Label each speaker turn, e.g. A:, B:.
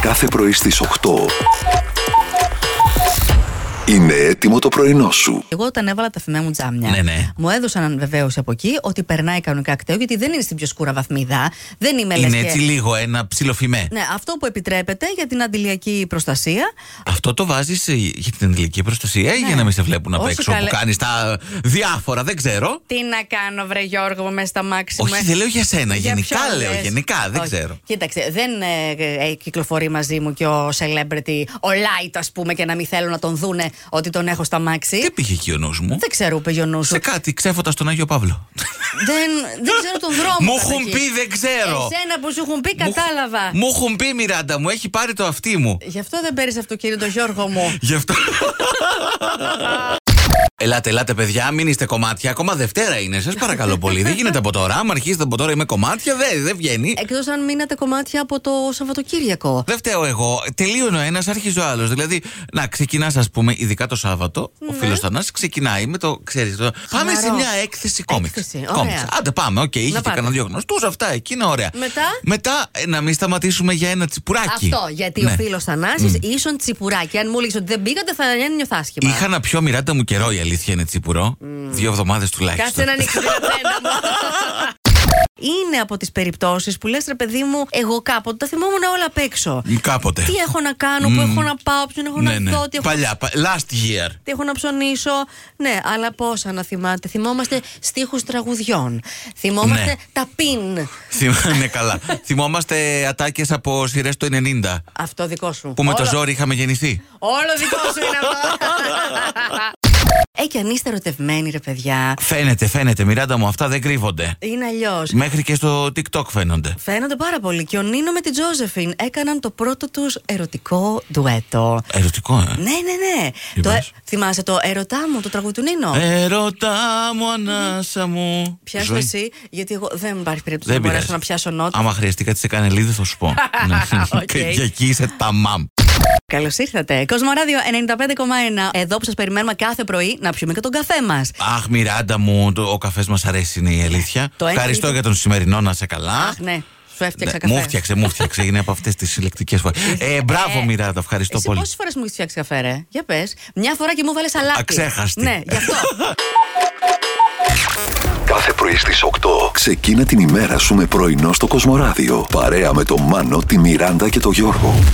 A: κάθε πρωί στις 8. Είναι έτοιμο το πρωινό σου.
B: Εγώ όταν έβαλα τα φημαία μου τζάμια,
C: Ναι, ναι.
B: μου έδωσαν ανβεβαίωση από εκεί ότι περνάει κανονικά κταίο, γιατί δεν είναι στην πιο σκούρα βαθμίδα. Δεν είμαι λες
C: Είναι
B: και-
C: έτσι λίγο ένα ψιλοφημέ.
B: Ναι, αυτό που επιτρέπεται για την αντιλιακή προστασία.
C: Αυτό το βάζεις για την ηλική προστασία ή για να μην σε βλέπουν απ'
B: Ναι. Όσο
C: έξω
B: καλέ-
C: που κάνεις τα διάφορα, δεν ξέρω.
B: Τι να κάνω, βρε Γιώργο, μου, μέσα στα μάξι μου, ε.
C: Όχι, δεν λέω για σένα.
B: Για
C: γενικά
B: ποιον
C: λέω,
B: λες?
C: γενικά, δεν
B: Όχι.
C: ξέρω.
B: Κοίταξε, δεν ε, ε, κυκλοφορεί μαζί μου και ο celebrity, ο light, ας πούμε, και να μην θέλω να τον δούνε ότι τον έχω στα μάξι.
C: Τι πήγε εκεί ο νους μου.
B: Δεν ξέρω, παιδιονού σου.
C: Σε κάτι ξέφωτα στον Άγιο Παύλο.
B: δεν, δεν ξέρω τον δρόμο.
C: Μου
B: κατά
C: έχουν
B: εκεί. Ε,
C: πει, δεν ξέρω.
B: Εσένα που σου έχουν πει,
C: Μου-
B: κατάλαβα.
C: Μου έχουν πει, Μιράντα μου, έχει πάρει το αυτί μου.
B: Γι' αυτό δεν παίρνεις αυτοκίνητο, Γιώργο μου.
C: Γι' αυτό. Ελάτε, ελάτε, παιδιά, μην είστε κομμάτια. Ακόμα Δευτέρα είναι, σας παρακαλώ πολύ. δεν γίνεται από τώρα. Άμα αρχίσετε από τώρα, είμαι κομμάτια, δεν δεν βγαίνει.
B: Εκτός αν μείνατε κομμάτια από το Σαββατοκύριακο.
C: Δεν φταίω εγώ. Τελείωνε ο ένας, άρχιζε ο άλλος. Δηλαδή, να ξεκινάς, ας πούμε, ειδικά το Σάββατο, ο
B: Ναι.
C: φίλος Θανάση ξεκινάει με το. Ξέρεις, το πάμε σε μια έκθεση κόμιξ.
B: Έκθεση, ωραία.
C: Κόμιξ. Άντε, πάμε, οκ, είχε και
B: πάτε.
C: κανένα δύο γνωστούς, αυτά, εκείνα, ωραία.
B: Μετά?
C: Μετά, ε, να μην σταματήσουμε για ένα τσιπουράκι.
B: Αυτό, γιατί
C: Ναι.
B: ο φίλος Θανάσης ίσον τσιπουράκι. Αν μου έλεγες ότι δεν πήγατε, θα νιώθω άσχημα.
C: Είχα να πιω μοιράτα μου καιρό, η αλήθεια είναι τσιπουρό. Δύο εβδομάδες τουλάχιστον.
B: Κάτσε να ανοίξει την ατζέντα μου. Είναι από τις περιπτώσεις που λες, ρε παιδί μου, εγώ κάποτε τα θυμόμουν όλα απ' έξω.
C: Μ, Κάποτε.
B: Τι έχω να κάνω, πού έχω να πάω, ποιον έχω
C: ναι, ναι.
B: να δω, τι έχω,
C: Παλιά, πα- last year.
B: τι έχω να ψωνίσω. Ναι, αλλά πόσα να θυμάται. Θυμόμαστε στίχους τραγουδιών. Θυμόμαστε
C: Ναι.
B: τα πιν.
C: Θυμ- ναι, καλά. Θυμόμαστε ατάκες από σειρές του 90.
B: Αυτό δικό σου.
C: Που με το
B: Όλο-
C: ζόρι είχαμε γεννηθεί.
B: Όλο δικό σου είναι αυτό. ε, και αν είστε ερωτευμένοι, ρε παιδιά,
C: Φαίνεται, φαίνεται. Μιράντα μου, αυτά δεν κρύβονται.
B: είναι αλλιώς.
C: Μέχρι και στο TikTok φαίνονται.
B: Φαίνονται πάρα πολύ. Και ο Νίνο με την Τζόζεφιν έκαναν το πρώτο τους ερωτικό ντουέτο.
C: Ερωτικό, ε.
B: Ναι, ναι, ναι.
C: Τι
B: Το,
C: πες?
B: θυμάσαι το ερωτά μου, το τραγούδι του Νίνο.
C: Ερώτα μου, ανάσα μου.
B: Πιάσου
C: Ε, Ζωή.
B: Ναι. εσύ, γιατί εγώ δεν υπάρχει περίπτωση
C: Δεν
B: να μπορέσω
C: πειράζει.
B: να πιάσω νότα.
C: Άμα χρειαστεί κάτι σε κανελίδι, θα σου πω. Ναι.
B: Οκ.
C: Και εκεί είσαι τα μαμ.
B: Καλώς ήρθατε. Κοσμοράδιο 95,1. Εδώ που σας περιμένουμε κάθε πρωί να πιούμε και τον καφέ μας.
C: Αχ, Μιράντα μου, το- ο καφές μας αρέσει, είναι η αλήθεια.
B: Ναι. Το ένα
C: Ευχαριστώ
B: λίτρο.
C: για τον σημερινό, να σε καλά.
B: Αχ, ναι. Σου έφτιαξα
C: Ναι,
B: καφέ.
C: Μου φτιάξε, μου φτιάξε. Είναι από αυτές τις συλλεκτικές φορές. Ε, μπράβο, Μιράντα, ευχαριστώ
B: Εσύ
C: πολύ.
B: πόσες φορές μου έχεις φτιάξει καφέ, ρε. Για πες. Μια φορά και μου βάλες αλάτι.
C: Αξέχαστη.
B: Ναι, γι' αυτό.
A: Κάθε πρωί στις 8. Ξεκίνα την ημέρα σου με πρωινό στο Κοσμοράδιο. Παρέα με τον Μάνο, τη Μιράντα και τον Γιώργο.